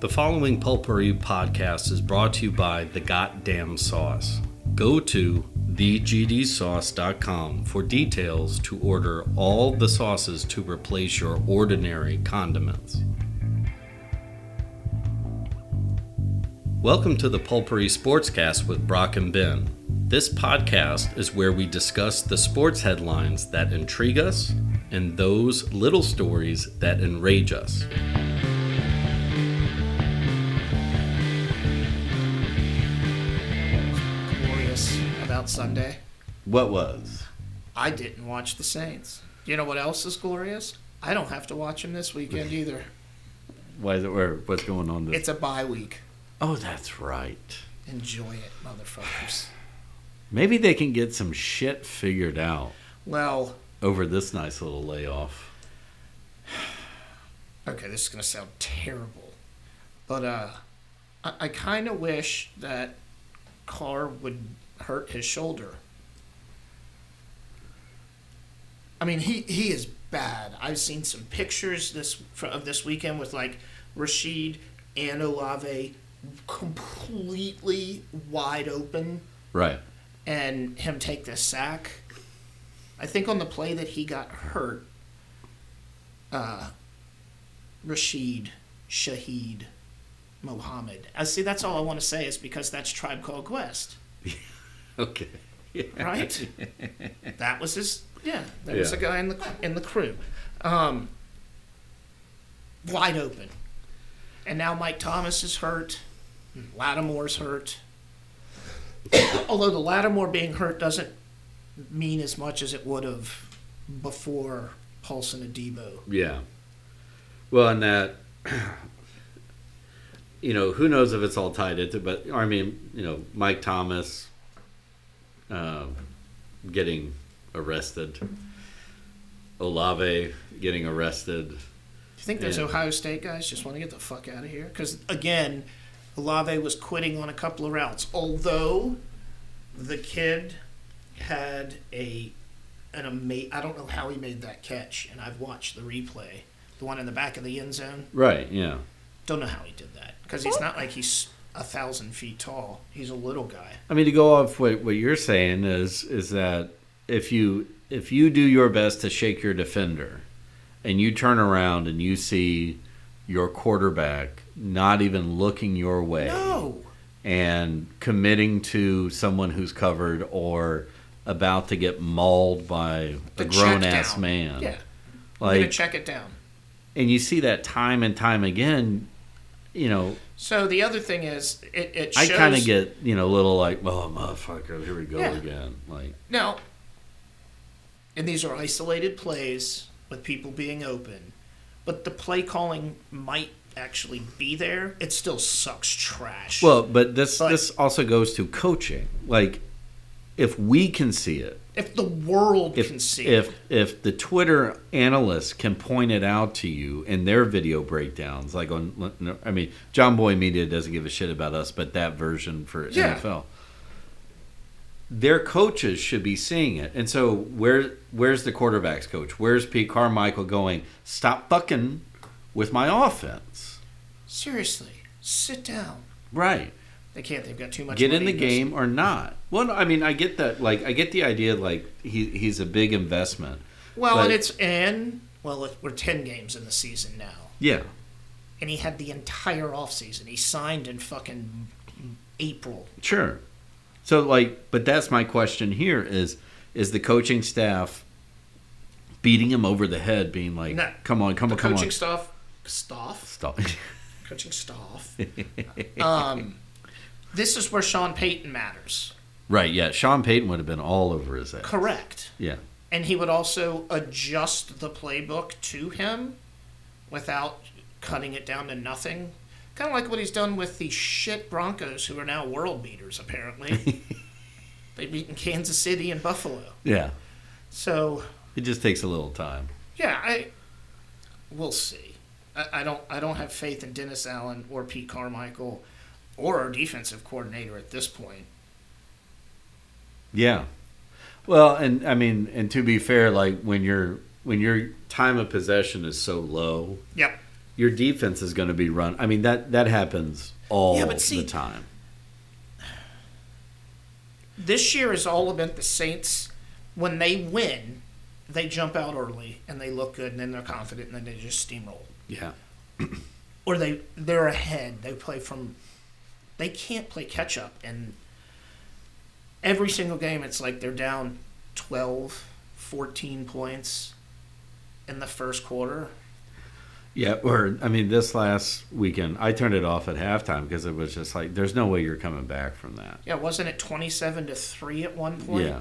The following Pulpery podcast is brought to you by The Goddamn Sauce. Go to thegdsauce.com for details to order all the sauces to replace your ordinary condiments. Welcome to the Pulpery Sportscast with Brock and Ben. This podcast is where we discuss the sports headlines that intrigue us and those little stories that enrage us. glorious about Sunday. What was? I didn't watch the Saints. You know what else is glorious? I don't have to watch them this weekend either. Why is it where? What's going on? This? It's a bye week. oh, that's right. Enjoy it, motherfuckers. Maybe they can get some shit figured out Well, over this nice little layoff. okay, this is going to sound terrible, but uh, I, I kind of wish that Carr would hurt his shoulder. I mean, he, he is bad. I've seen some pictures this fr- of this weekend with like Rashid and Olave completely wide open Right. and him take this sack. I think on the play that he got hurt, uh, Rashid Shaheed Mohammed. I see. That's all I want to say is because that's Tribe Called Quest, Okay. right? that was his. Yeah, there was a Yeah. guy in the in the crew, um, wide open, and now Mike Thomas is hurt. Lattimore's hurt. Although the Lattimore being hurt doesn't mean as much as it would have before Paulson Adebo. Yeah. Well, and that, you know, who knows if it's all tied into, but I mean, you know, Mike Thomas uh, getting arrested, Olave getting arrested. Do you think those Yeah. Ohio State guys just want to get the fuck out of here? Because again, Olave was quitting on a couple of routes. Although the kid had a an ama- I don't know how he made that catch, and I've watched the replay, the one in the back of the end zone. Right. Yeah. Don't know how he did that because he's not like he's a thousand feet tall. He's a little guy. I mean, to go off what, what you're saying is is that if you if you do your best to shake your defender, and you turn around and you see your quarterback not even looking your way No. and committing to someone who's covered or about to get mauled by The a check grown ass down. man, Yeah. I'm gonna like, check it down. and you see that time and time again. You know, So the other thing is, it, it I shows. kind of get you know a little like, oh motherfucker, here we go Yeah. again, like. Now, and these are isolated plays with people being open, but the play calling might actually be there. It still sucks trash. Well, but this But- this also goes to coaching. Like, if we can see it, if the world if can see if it, if the Twitter analysts can point it out to you in their video breakdowns, like on, I mean, John Boy Media doesn't give a shit about us, but that version for Yeah. NFL, their coaches should be seeing it. And so where where's the quarterbacks coach? Where's Pete Carmichael going? Stop fucking with my offense, seriously, sit down. right? They can't. They've got too much. get in money the this. game or not. Well, no, I mean, I get that. Like, I get the idea. Like, he he's a big investment. Well, but- and it's in. Well, it, we're ten games in the season now, Yeah, and he had the entire offseason. He signed in fucking April. sure. So, like, but that's my question here: is is the coaching staff beating him over the head, being like, No. "Come on, come on, come coaching on, staff, staff, stop." coaching staff. um, this is where Sean Payton matters. right? Yeah, Sean Payton would have been all over his head. Correct. Yeah, And he would also adjust the playbook to him without cutting it down to nothing. Kind of like what he's done with the shit Broncos, who are now world beaters, apparently. They've beaten Kansas City and Buffalo. yeah. So, It just takes a little time. yeah, I we'll see. I, I don't I don't have faith in Dennis Allen or Pete Carmichael or our defensive coordinator at this point. Yeah. Well, and I mean, and to be fair, like when your when your time of possession is so low, Yep. your defense is going to be run. I mean that that happens all Yeah, but see- the time. This year is all about the Saints. When they win, they jump out early and they look good, and then they're confident, and then they just steamroll. Yeah. Or they they're ahead. They play from. They can't play catch up, and every single game it's like they're down 12, 14 points in the first quarter. Yeah, or I mean, this last weekend I turned it off at halftime because it was just like, there's no way you're coming back from that. Yeah, wasn't it twenty-seven to three at one point? Yeah.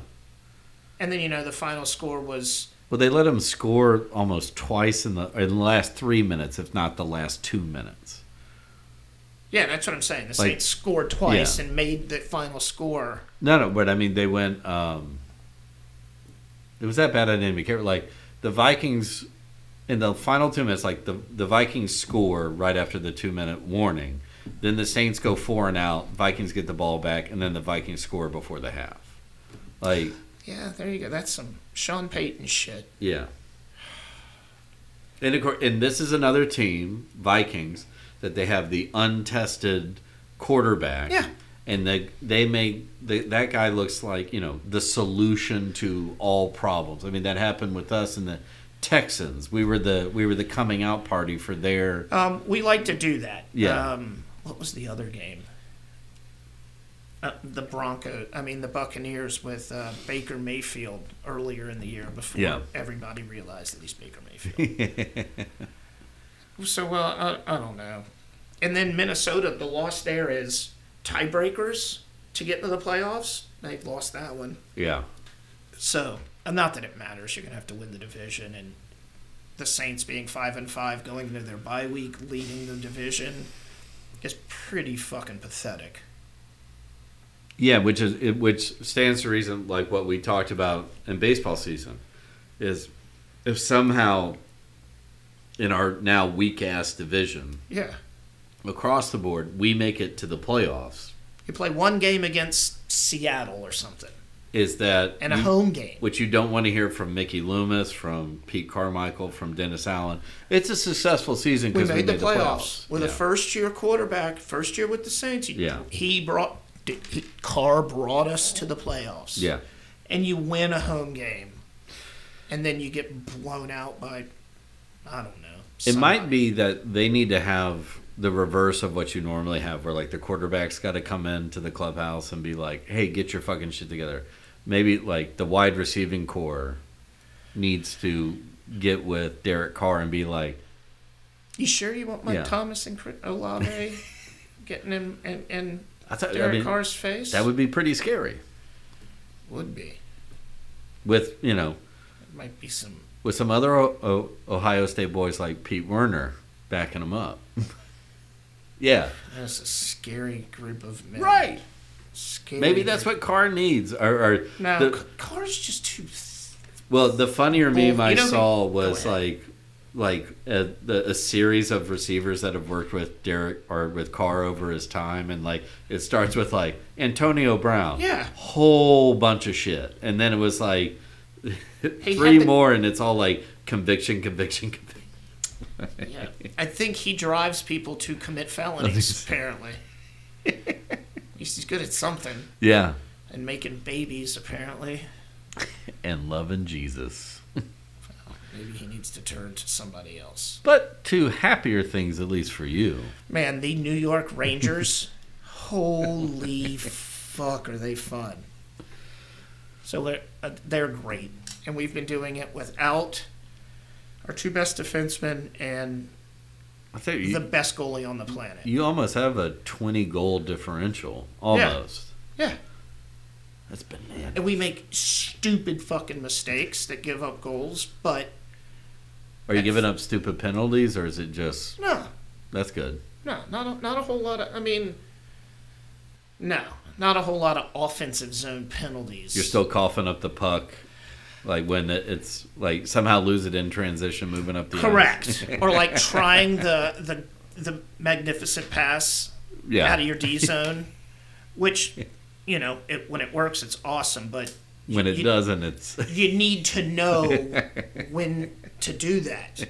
And then you know the final score was Well, they let them score almost twice in the in the last three minutes, if not the last two minutes. yeah, that's what I'm saying. The Like- Saints scored twice Yeah. and made the final score. No, no, but I mean, they went. um It was that bad. I didn't even care. Like the Vikings in the final two minutes, like the the Vikings score right after the two minute warning. Then the Saints go four and out. Vikings get the ball back, and then the Vikings score before the half. Like, Yeah, there you go. That's some Sean Payton shit. yeah. And of course, and this is another team, Vikings, that they have the untested quarterback. Yeah. And they they make they, that guy looks like you know the solution to all problems. I mean that happened with us and the Texans. We were the we were the coming out party for their Um, we like to do that. Yeah. Um, what was the other game? Uh, the Bronco, I mean the Buccaneers with uh, Baker Mayfield earlier in the year before Yeah. everybody realized that he's Baker Mayfield. so well, I, I don't know. And then Minnesota, the loss there is tiebreakers to get into the playoffs. They've lost that one. yeah So, uh, not that it matters. You're gonna have to win the division, and the Saints being five and five, going into their bye week, leading the division, is pretty fucking pathetic. Yeah, which is it- which stands to reason, like what we talked about in baseball season, is if somehow in our now weak ass division Yeah, across the board we make it to the playoffs, you play one game against Seattle or something, is that and a you- home game. which you don't want to hear from Mickey Loomis, from Pete Carmichael, from Dennis Allen. It's a successful season We because made, we, the, playoffs, with a Yeah. first year quarterback, first year with the Saints. He, Yeah. he brought did- he, Carr brought us to the playoffs. yeah. and you win a home game, and then you get blown out by, I don't know. It might somebody. be that they need to have the reverse of what you normally have, where like the quarterback's got to come into the clubhouse and be like, "Hey, get your fucking shit together." Maybe like the wide receiving core needs to get with Derek Carr and be like, You sure you want Mike Yeah. Thomas and Chris Olave getting in in, in "I thought I Derek mean, Carr's face? that would be pretty scary." Would be. With you know, Might be some. with some other o- o- Ohio State boys like Pete Werner backing him up. yeah, That's a scary group of men. right. Scary. Maybe that's group- what Carr needs, or, or No, the- C- Carr's just too. Th- Well, the funnier Well, meme you I don't- saw go was ahead. like like a, the, a series of receivers that have worked with Derek or with Carr over his time, and like it starts with like Antonio Brown, Yeah. whole bunch of shit, and then it was like three had the- more, and it's all like conviction, conviction, conviction. yeah. I think he drives people to commit felonies. apparently, he's he's good at something Yeah, and making babies. Apparently, and loving Jesus, maybe he needs to turn to somebody else. but to happier things, at least for you. Man, the New York Rangers. holy fuck, are they fun? So they're, uh, they're great. And we've been doing it without our two best defensemen and I think the you, best goalie on the planet. you almost have a twenty goal differential, almost. Yeah. That's bananas. And we make stupid fucking mistakes that give up goals, but Are you giving up stupid penalties, or is it just no, that's good? no, not a, not a whole lot of. I mean, no, not a whole lot of offensive zone penalties. You're still coughing up the puck, like when it- it's like somehow lose it in transition, moving up the ice. Correct. or like trying the the the magnificent pass Yeah. out of your D zone, which you know it, when it works, it's awesome. But When it You- doesn't, it's you need to know when to do that.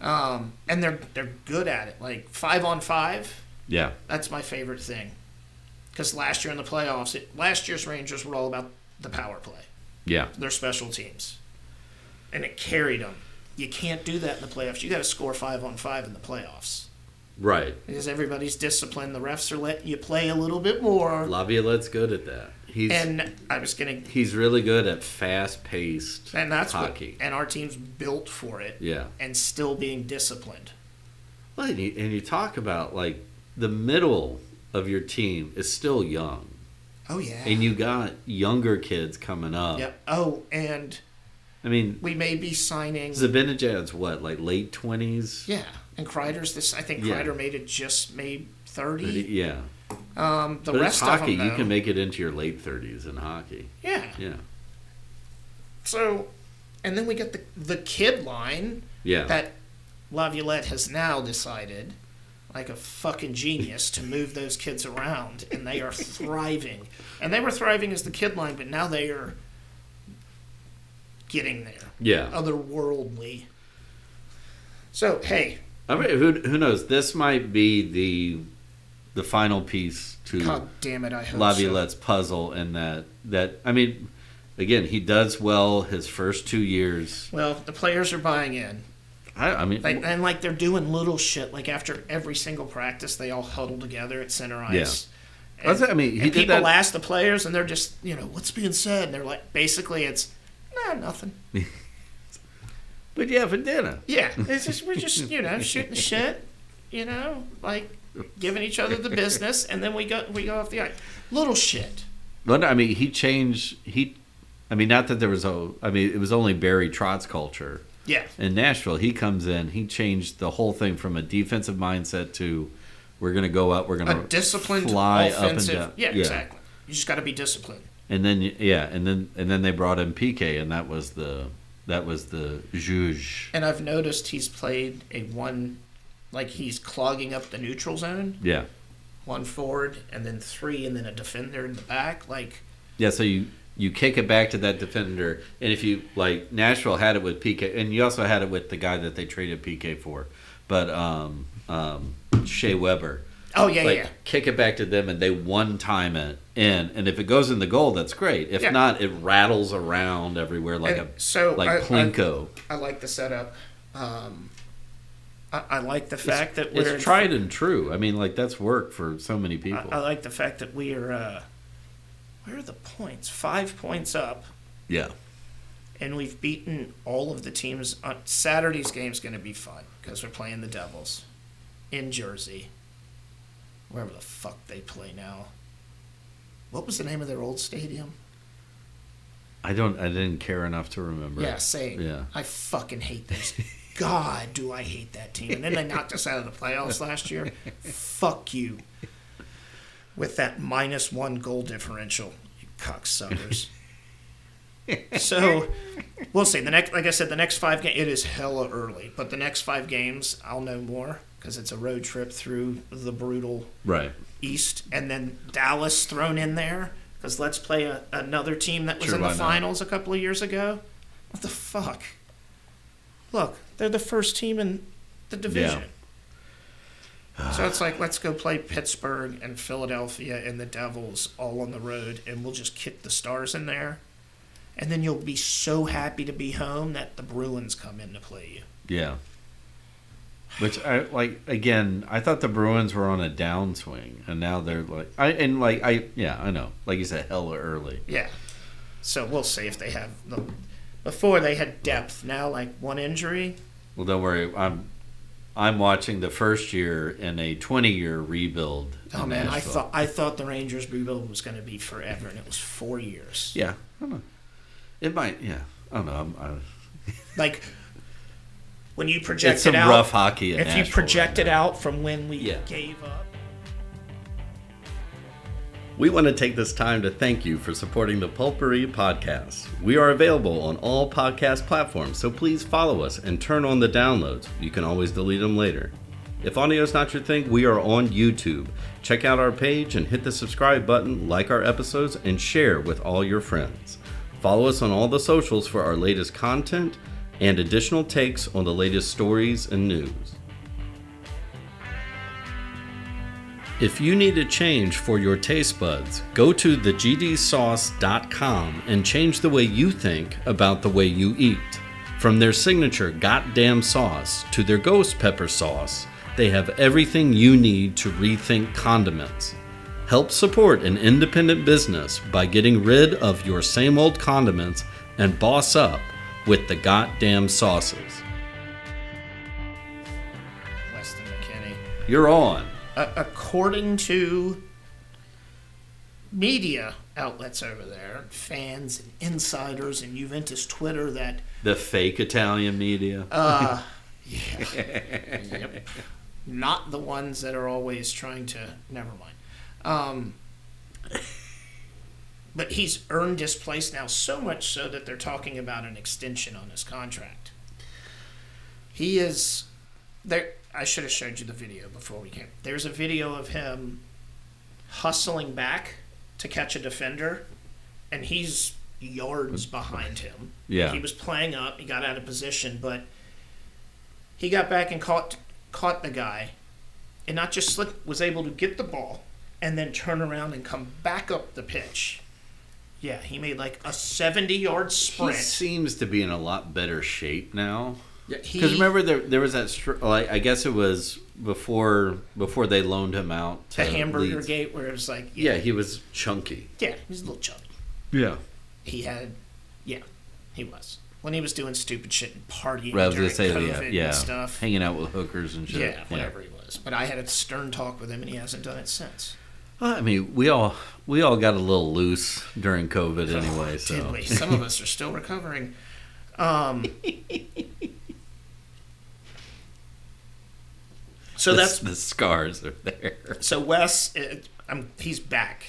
Um, and they're they're good at it. Like five on five, Yeah. that's my favorite thing. Because last year in the playoffs, it, last year's Rangers were all about the power play, Yeah. their special teams, and it carried them. You can't do that in the playoffs. You got to score five on five in the playoffs Right. because everybody's disciplined. The refs are letting you play a little bit more. Laviolette's good at that. He's And I was gonna, he's really good at fast paced and that's hockey. what, and our team's built for it, yeah. and still being disciplined. Well, and you, and you talk about like the middle of your team is still young, Oh yeah. and you got younger kids coming up. Yep. Oh, and I mean, we may be signing. Zibanejad's what, like late twenties? Yeah, and Kreider's this. I think Yeah. Kreider made it just made thirty. Yeah, Um, the but it's rest hockey. of them, You though- can make it into your late thirties in hockey. yeah. Yeah, So, and then we get the the kid line yeah. that Laviolette has now decided, like a fucking genius, to move those kids around, and they are thriving. And they were thriving as the kid line, but now they are getting there, yeah. otherworldly. So hey, I mean, who who knows? This might be the the final piece to god damn it, I hope so. Laviolette's puzzle, and that that I mean, again, he does well his first two years. Well, the players are buying in. I, I mean, Like, and like they're doing little shit. Like after every single practice, they all huddle together at center ice. Yeah. That's- I mean, he and did people that- ask the players, and they're just you know what's being said, and they're like basically it's nah nothing. but yeah, for dinner. Yeah, it's just we're just you know shooting the shit, you know, like giving each other the business, and then we go we go off the ice. Little shit. But I mean, he changed. He, I mean, not that there was a. I mean, it was only Barry Trotz culture Yeah. in Nashville. He comes in. He changed the whole thing from a defensive mindset to, we're gonna go up. We're A gonna disciplined fly offensive. up and down. yeah, exactly. You just got to be disciplined. And then yeah, and then and then they brought in PK, and that was the that was the juge. And I've noticed he's played a one, like he's clogging up the neutral zone, Yeah, one forward, and then three, and then a defender in the back. Like, yeah. So you you kick it back to that defender, and if you like, Nashville had it with PK, and you also had it with the guy that they traded PK for, but um um Shea Weber. oh yeah, Like yeah, kick it back to them, and they one time it in, and if it goes in the goal, that's great. If Yeah. not, it rattles around everywhere like And a so like I- I- plinko. I like the setup. Um, I, I like the fact that we're It's tried and true. I mean, like that's worked for so many I, people. I like the fact that we are. Uh, where are the points? Five points up, yeah. and we've beaten all of the teams. On, Saturday's game's going to be fun because we're playing the Devils in Jersey, wherever the fuck they play now. What was the name of their old stadium? I don't. I didn't care enough to remember. Yeah, same. Yeah. I fucking hate this. God, do I hate that team. And then they knocked us out of the playoffs last year. Fuck you. With that minus one goal differential, you cocksuckers. so we'll see. The next, like I said, the next five games, it is hella early, but the next five games, I'll know more because it's a road trip through the brutal Right. East, and then Dallas thrown in there because let's play a, another team that was Sure, in the why not? finals a couple of years ago. What the fuck? Look, they're the first team in the division. So it's like let's go play Pittsburgh and Philadelphia and the Devils all on the road, and we'll just kick the Stars in there, and then you'll be so happy to be home that the Bruins come in to play you. Yeah. Which I like again. I thought the Bruins were on a downswing, and now they're like I and like I yeah I know like you said hella early. Yeah. So we'll see if they have the. Before they had depth, now like one injury. Well, don't worry. I'm I'm watching the first year in a 20 year rebuild. Oh in man, I Nashville. thought I thought the Rangers rebuild was going to be forever, and it was four years. yeah. I don't know. It might yeah. I don't know. I'm, I, Like when you project it's some it out, rough hockey. In if you Nashville project right it out from when we Yeah. gave up. We want to take this time to thank you for supporting the Pulpery Podcast. We are available on all podcast platforms, so please follow us and turn on the downloads. You can always delete them later. If audio's not your thing, we are on YouTube. Check out our page and hit the subscribe button, like our episodes, and share with all your friends. Follow us on all the socials for our latest content, and additional takes on the latest stories and news. If you need a change for your taste buds, go to thegdsauce.com and change the way you think about the way you eat. From their signature goddamn sauce to their ghost pepper sauce, they have everything you need to rethink condiments. Help support an independent business by getting rid of your same old condiments and boss up with the goddamn sauces. Weston McKinney. You're on. A- according to media outlets over there, fans and insiders and Juventus Twitter, that The fake Italian media. yep, not the ones that are always trying to. Never mind. Um, but he's earned his place now so much so that they're talking about an extension on his contract. He is there. I should have showed you the video before we came. There's a video of him hustling back to catch a defender, and he's yards behind him. Yeah. he was playing up. He got out of position, but he got back and caught caught the guy, and not just slick was able to get the ball and then turn around and come back up the pitch. Yeah, he made like a seventy yard he sprint. seems to be in a lot better shape now. he, Because remember there there was that str- like I guess it was before before they loaned him out to the hamburger Leeds. gate where it was like Yeah, he was chunky. yeah, he's a little chubby. Yeah. He had yeah, he was when he was doing stupid shit and partying Right, I was during gonna say COVID yeah, yeah, and stuff. hanging out with hookers and shit. yeah, whatever he was. But I had a stern talk with him, and he hasn't done it since. Well, I mean, we all we all got a little loose during COVID anyway. So Did Oh, we? Some of us are still recovering. Um, so The- that's the scars are there. so Wes. uh I'm, he's back,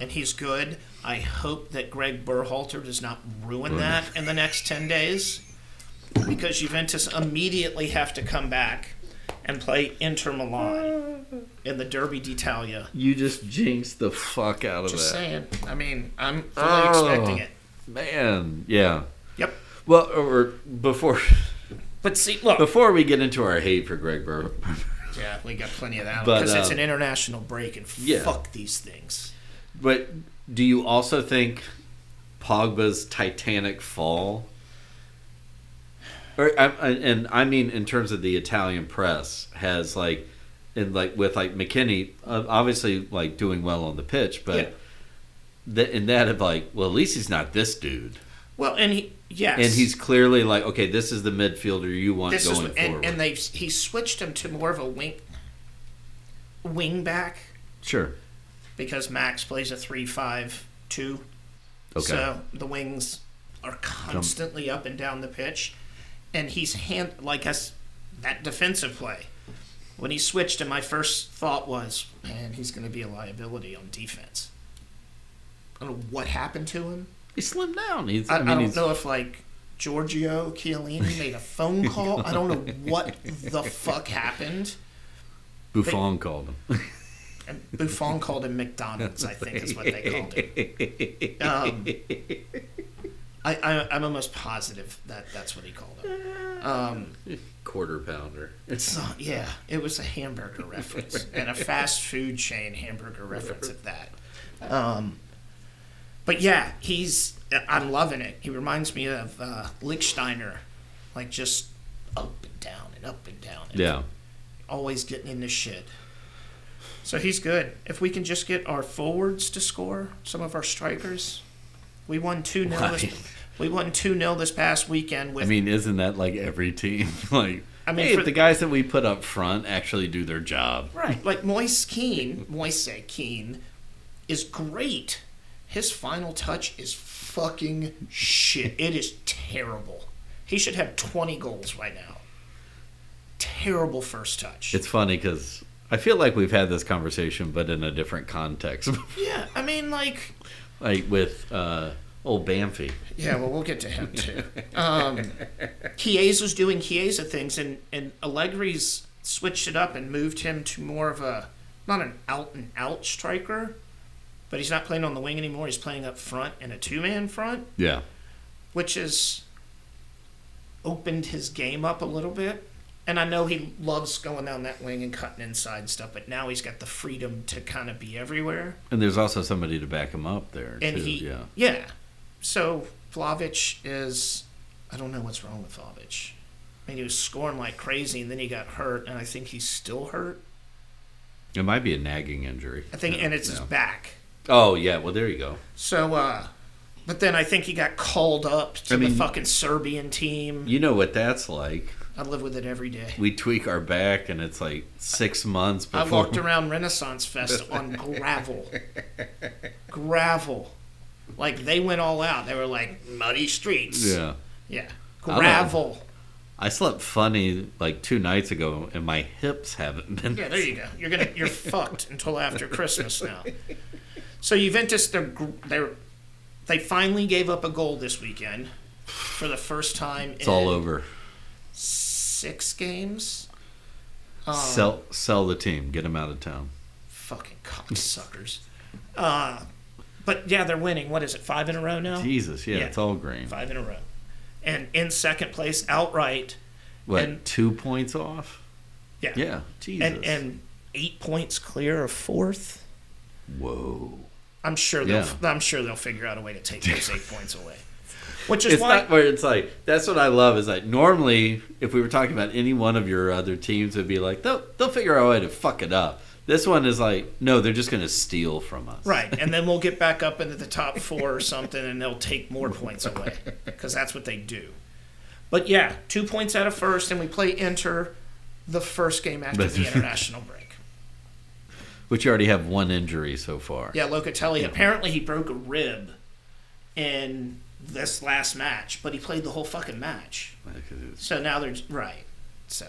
and he's good. I hope that Greg Berhalter does not ruin that in the next ten days, because Juventus immediately have to come back and play Inter Milan in the Derby d'Italia. You just jinxed the fuck out of Just that, saying. I mean, I'm fully Oh. expecting it. man. Yeah. Yep. Well, or before But see, look. before we get into our hate for Greg Burr, Yeah, we got plenty of that But, because it's um, an international break and yeah. fuck these things. but do you also think Pogba's Titanic fall? Or I, I- and I mean in terms of the Italian press has like and like with like McKinney uh, obviously like doing well on the pitch, but Yeah. the, in that of like well at least he's not this dude. Well, and he yes, And he's clearly like, okay, this is the midfielder you want this is going forward. and, and they he switched him to more of a wing wing back sure. because Max plays a three five two. Okay. So the wings are constantly up and down the pitch, and he's hand like us that defensive play. When he switched him, my first thought was, man, he's going to be a liability on defense. I don't know what happened to him. He slimmed down. He's, I, I, I, mean, don't he's, know if like Giorgio Chiellini made a phone call. I don't know what the fuck happened. Buffon called him. And Buffon called him McDonald's. I think is what they called him. Um, I, I, I'm almost positive that that's what he called him. Um, Quarter pounder. it's not. Oh, Yeah, it was a hamburger reference and a fast food chain hamburger reference at that. Um, but yeah, he's. I'm loving it. He reminds me of uh, Lichtsteiner, like just up and down and up and down. And Yeah. always getting into shit. So he's good. If we can just get our forwards to score, some of our strikers. We won 2 0 Right. this, we won 2 0 this past weekend with I mean, isn't that like every team? like, I mean, hey, for- if the guys that we put up front actually do their job. Right. Like Moise Keane, Moise Keane is great. His final touch is fucking shit. It is terrible. He should have 20 goals right now. Terrible first touch. It's funny because I feel like we've had this conversation, but in a different context, yeah, I mean, like, like with uh, old Bamfy. Yeah, well, we'll get to him too. Um, Chiesa's doing Chiesa things, and and Allegri's switched it up and moved him to more of a not an out and out striker, but he's not playing on the wing anymore. He's playing up front in a two man front, Yeah. which is opened his game up a little bit. And I know he loves going down that wing and cutting inside and stuff, but now he's got the freedom to kind of be everywhere. And there's also somebody to back him up there. And too. he, yeah. So Vlahovic is, I don't know what's wrong with Vlahovic. I mean, he was scoring like crazy, and then he got hurt, and I think he's still hurt. It might be a nagging injury. I think, Yeah, and it's yeah. his back. Oh yeah, well there you go. So, uh, but then I think he got called up to I mean- the fucking Serbian team. You know what that's like. I live with it every day. We tweak our back, and it's like six months before. I walked around Renaissance Fest on gravel. gravel. Like they went all out. They were like muddy streets. Yeah. Yeah. don't- Gravel. I slept funny like two nights ago, and my hips haven't been. Yeah, there you go. You're gonna you're fucked until after Christmas now. So Juventus, they're gr- they're they finally gave up a goal this weekend for the first time. It's all over. Six games. um, sell sell the team. Get them out of town. Fucking cocksuckers. uh, but yeah, they're winning. What is it? Five in a row now. Jesus, Oh, yeah, Yeah. it's all green. Five in a row, and in second place outright. What and- two points off? Yeah. Yeah, Jesus. And and eight points clear of fourth. Whoa. I'm sure they'll. Yeah. I'm sure they'll figure out a way to take those eight points away. Which is It's why not where it's like that's what I love is like normally if we were talking about any one of your other teams it'd be like they'll they'll figure out a way to fuck it up. This one is like no, they're just gonna steal from us. Right, and then we'll get back up into the top four or something, and they'll take more points away because that's what they do. But yeah, two points out of first, and we play Inter the first game after the international break. Which you already have one injury so far. Yeah, Locatelli apparently he broke a rib in this last match, but he played the whole fucking match. So now they're right. So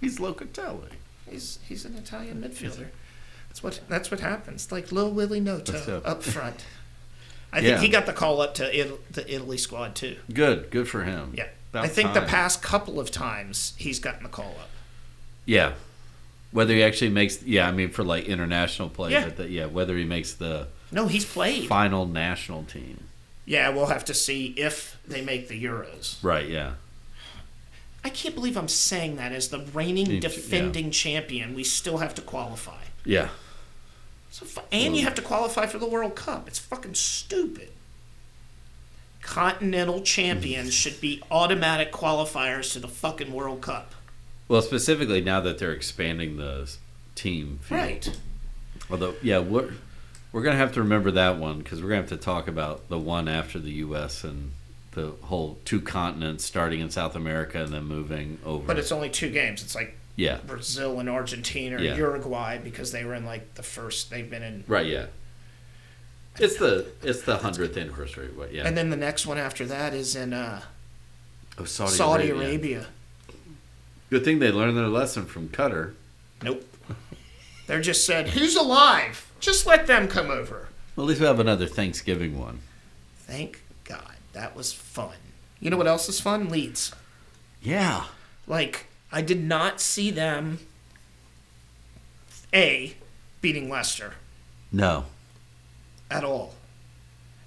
He's Locatelli. he's he's an Italian midfielder. That's what that's what happens. Like Lil Willie Noto That's it. up front. I think Yeah. he got the call up to Italy, the Italy squad too. Good, good for him. Yeah. About I think the time. past couple of times he's gotten the call up. Yeah. Whether he actually makes yeah, I mean for like international play, Yeah. but that yeah, whether he makes the No, he's played. final national team. Yeah, we'll have to see if they make the Euros. Right, yeah. I can't believe I'm saying that as the reigning Yeah. defending champion, we still have to qualify. Yeah. So fu- and you have to qualify for the World Cup. It's fucking stupid. Continental champions should be automatic qualifiers to the fucking World Cup. Well, specifically now that they're expanding the s- team field. Right. Although, yeah, we're we're gonna have to remember that one because we're gonna have to talk about the one after the U.S. and the whole two continents, starting in South America and then moving over. But it's only two games. It's like yeah, Brazil and Argentina or Yeah. Uruguay because they were in like the first they've been in right, yeah. It's the it's the hundredth anniversary. What? Yeah. And then the next one after that is in uh, oh, Saudi, Arabia. Good thing they learned their lesson from Qatar. Nope. They're just said, who's alive? Just let them come over. Well, at least we have another Thanksgiving one. Thank God. That was fun. You know what else is fun? Leeds. Yeah. Like, I did not see them, A, beating Leicester No. at all.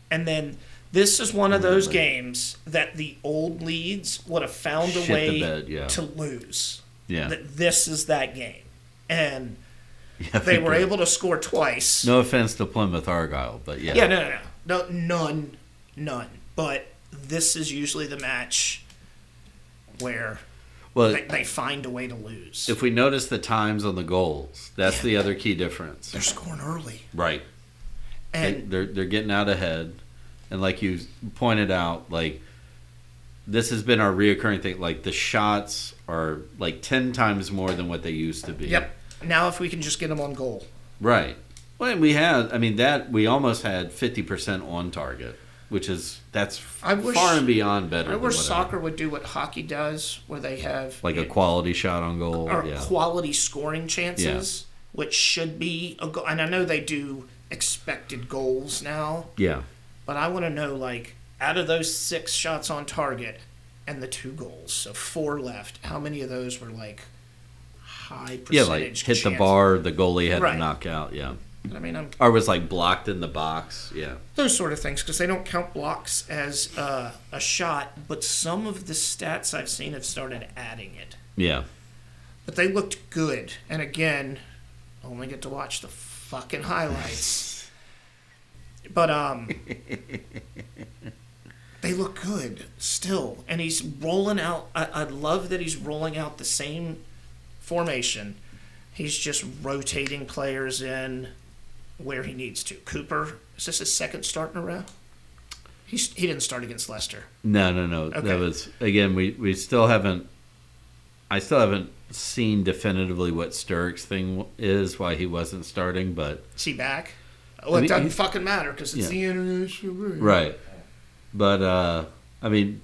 And then this is one of those games that the old Leeds would have found a Shit the way bed, yeah. to lose. Yeah. That this is that game. And Yeah, I they think were you're- able to score twice. No offense to Plymouth Argyle, but yeah. Yeah, no, no, no, no, none, none. But this is usually the match where well, they, they find a way to lose. if we notice the times on the goals, that's the other key difference. They're scoring early, Right. They, and they're they're getting out ahead, and like you pointed out, like this has been our reoccurring thing. Like the shots are like ten times more than what they used to be. yep. Now, if we can just get them on goal, Right. Well, and we had. I mean, that we almost had fifty percent on target, which is that's f- I wish- far and beyond better. I than wish whatever. soccer would do what hockey does, where they have like a quality shot on goal. or yeah. quality scoring chances, which should be a goal. And I know they do expected goals now, yeah. but I want to know like out of those six shots on target and the two goals, so four left, how many of those were like high Yeah, like percentage? hit the chance- bar, the goalie had Right. to knock out. Yeah. I mean, I'm Or was like blocked in the box. Yeah. those sort of things because they don't count blocks as uh, a shot, but some of the stats I've seen have started adding it. Yeah. But they looked good, and again, only get to watch the fucking highlights. but um, they look good still, and he's rolling out. I, I love that he's rolling out the same formation. He's just rotating players in where he needs to. Cooper, is this his second start in a row? He's, he didn't start against Leicester. No, no, no. Okay. That was again. We we still haven't. I still haven't seen definitively what Sturrock's thing is why he wasn't starting, but Is he back? Well, I it mean, doesn't he- fucking matter because it's Yeah. the international break. right. But uh I mean,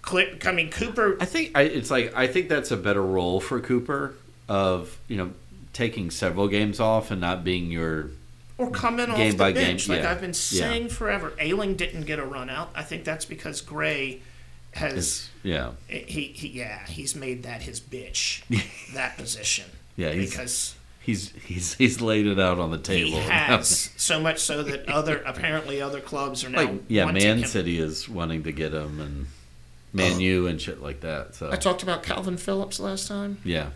Click. I mean, Cooper. I think I, it's like I think that's a better role for Cooper of you know taking several games off and not being your Or come in Game off the by game, bench, like yeah. I've been Yeah. saying forever. Ailing didn't get a run out. I think that's because Gray has yeah he, he yeah he's made that his bitch that position. Yeah, he's- because he's he's he's laid it out on the table. he has so much so that other apparently other clubs are now like yeah, wanting Man him. City is wanting to get him and Oh. Man U and shit like that. So I talked about Calvin Phillips last time. yeah.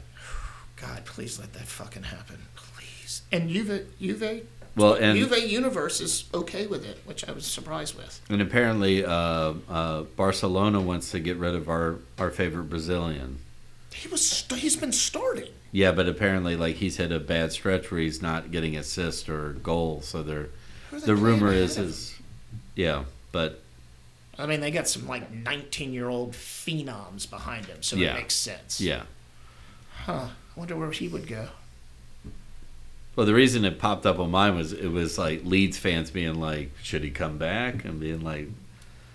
God, please let that fucking happen, please. And Juve Juve Well, and Juve Universe is okay with it, which I was surprised with. And apparently, uh, uh, Barcelona wants to get rid of our, our favorite Brazilian. He was st- he's been starting. Yeah, but apparently, like he's had a bad stretch where he's not getting assist or goal. So they're, Who are they the rumor playing is ahead of? is yeah, but I mean, they got some like 19 year old phenoms behind him, so Yeah. it makes sense. yeah. Huh. I wonder where he would go. Well, the reason it popped up on mine was it was like Leeds fans being like, should he come back? And being like,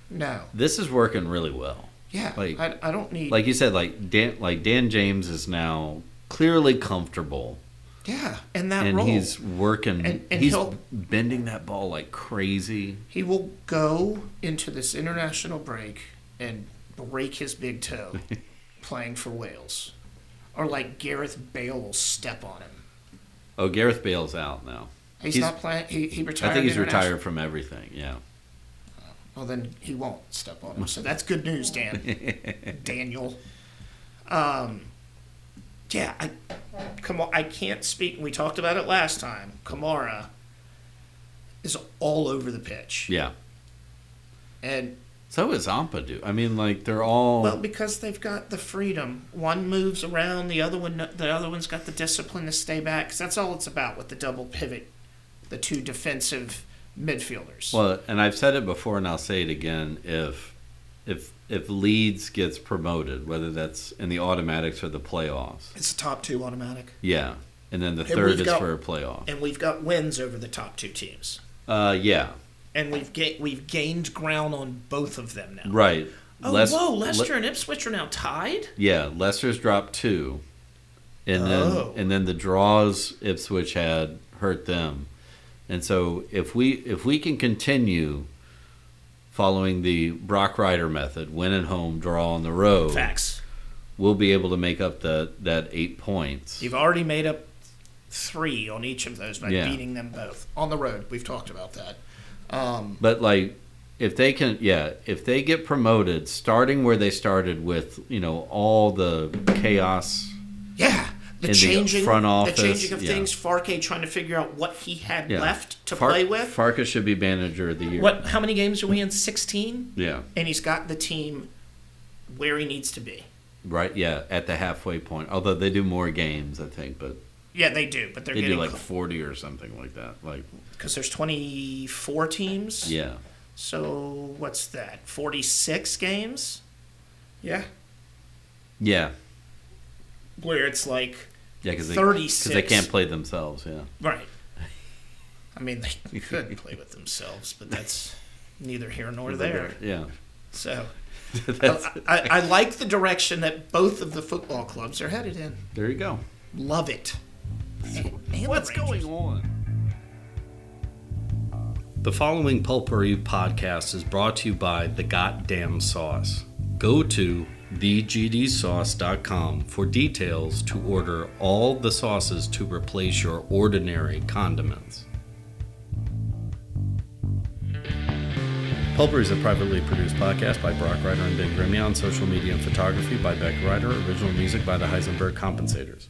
No. this is working really well. Yeah. Like- I, I don't need. Like you said, like Dan, like Dan James is now clearly comfortable yeah. In that and role, he's working. And- and he's he'll- bending that ball like crazy. he will go into this international break and break his big toe playing for Wales, or like Gareth Bale will step on him. Oh, Gareth Bale's out now. He's, He's- not playing. He, he retired. I think he's international- retired from everything. Yeah. Well, then he won't step on him. So that's good news, Dan. Daniel. Um, yeah, I, Kamara, I can't speak. We talked about it last time. Kamara is all over the pitch. Yeah. And, So is Ampadu. I mean, like they're all well, because they've got the freedom. One moves around, the other, one, the other one's got the discipline to stay back. 'cause that's all it's about with the double pivot, the two defensive midfielders. well. And I've said it before, and I'll say it again. If if if Leeds gets promoted, whether that's in the automatics or the playoffs, it's a top two automatic. yeah. And then the And third we've is got- for a playoff. And we've got wins over the top two teams. Uh, yeah. and we've ga- we've gained ground on both of them now. Right. Oh, Les- whoa! Le- Leicester and Ipswich are now tied. yeah, Leicester's dropped two, and Oh. then and then the draws Ipswich had hurt them, and so if we if we can continue following the Brock Ryder method, win at home, draw on the road, Facts. we'll be able to make up the that eight points. You've already made up three on each of those by Yeah. beating them both on the road. We've talked about that. Um, But like if they can yeah, if they get promoted starting where they started with, you know, all the chaos yeah, the In the changing front the office, changing of yeah. things. Farke trying to figure out what he had yeah. left to Far- play with. Farkas should be manager of the year. what? How many games are we in? Sixteen. Yeah. And he's got the team where he needs to be. Right, yeah, at the halfway point. Although they do more games, I think, but Yeah, they do, but they're they do getting like 40 or something like that. Like, because there's 24 teams. yeah. So what's that? Forty-six games. Yeah. Yeah. Where it's like Yeah, cuz they 36. 'cause they can't play themselves, yeah. right. I mean, they could play with themselves, but that's neither here nor there. Yeah. So That's, I, I, I like the direction that both of the football clubs are headed in. there you go. Love it. What's going on? The following Pulpery podcast is brought to you by The Goddamn Sauce. Go to thegdsauce.com for details to order all the sauces to replace your ordinary condiments. Pulper is a privately produced podcast by Brock Ryder and Ben Grimmie on social media and photography by Beck Ryder, original music by the Heisenberg Compensators.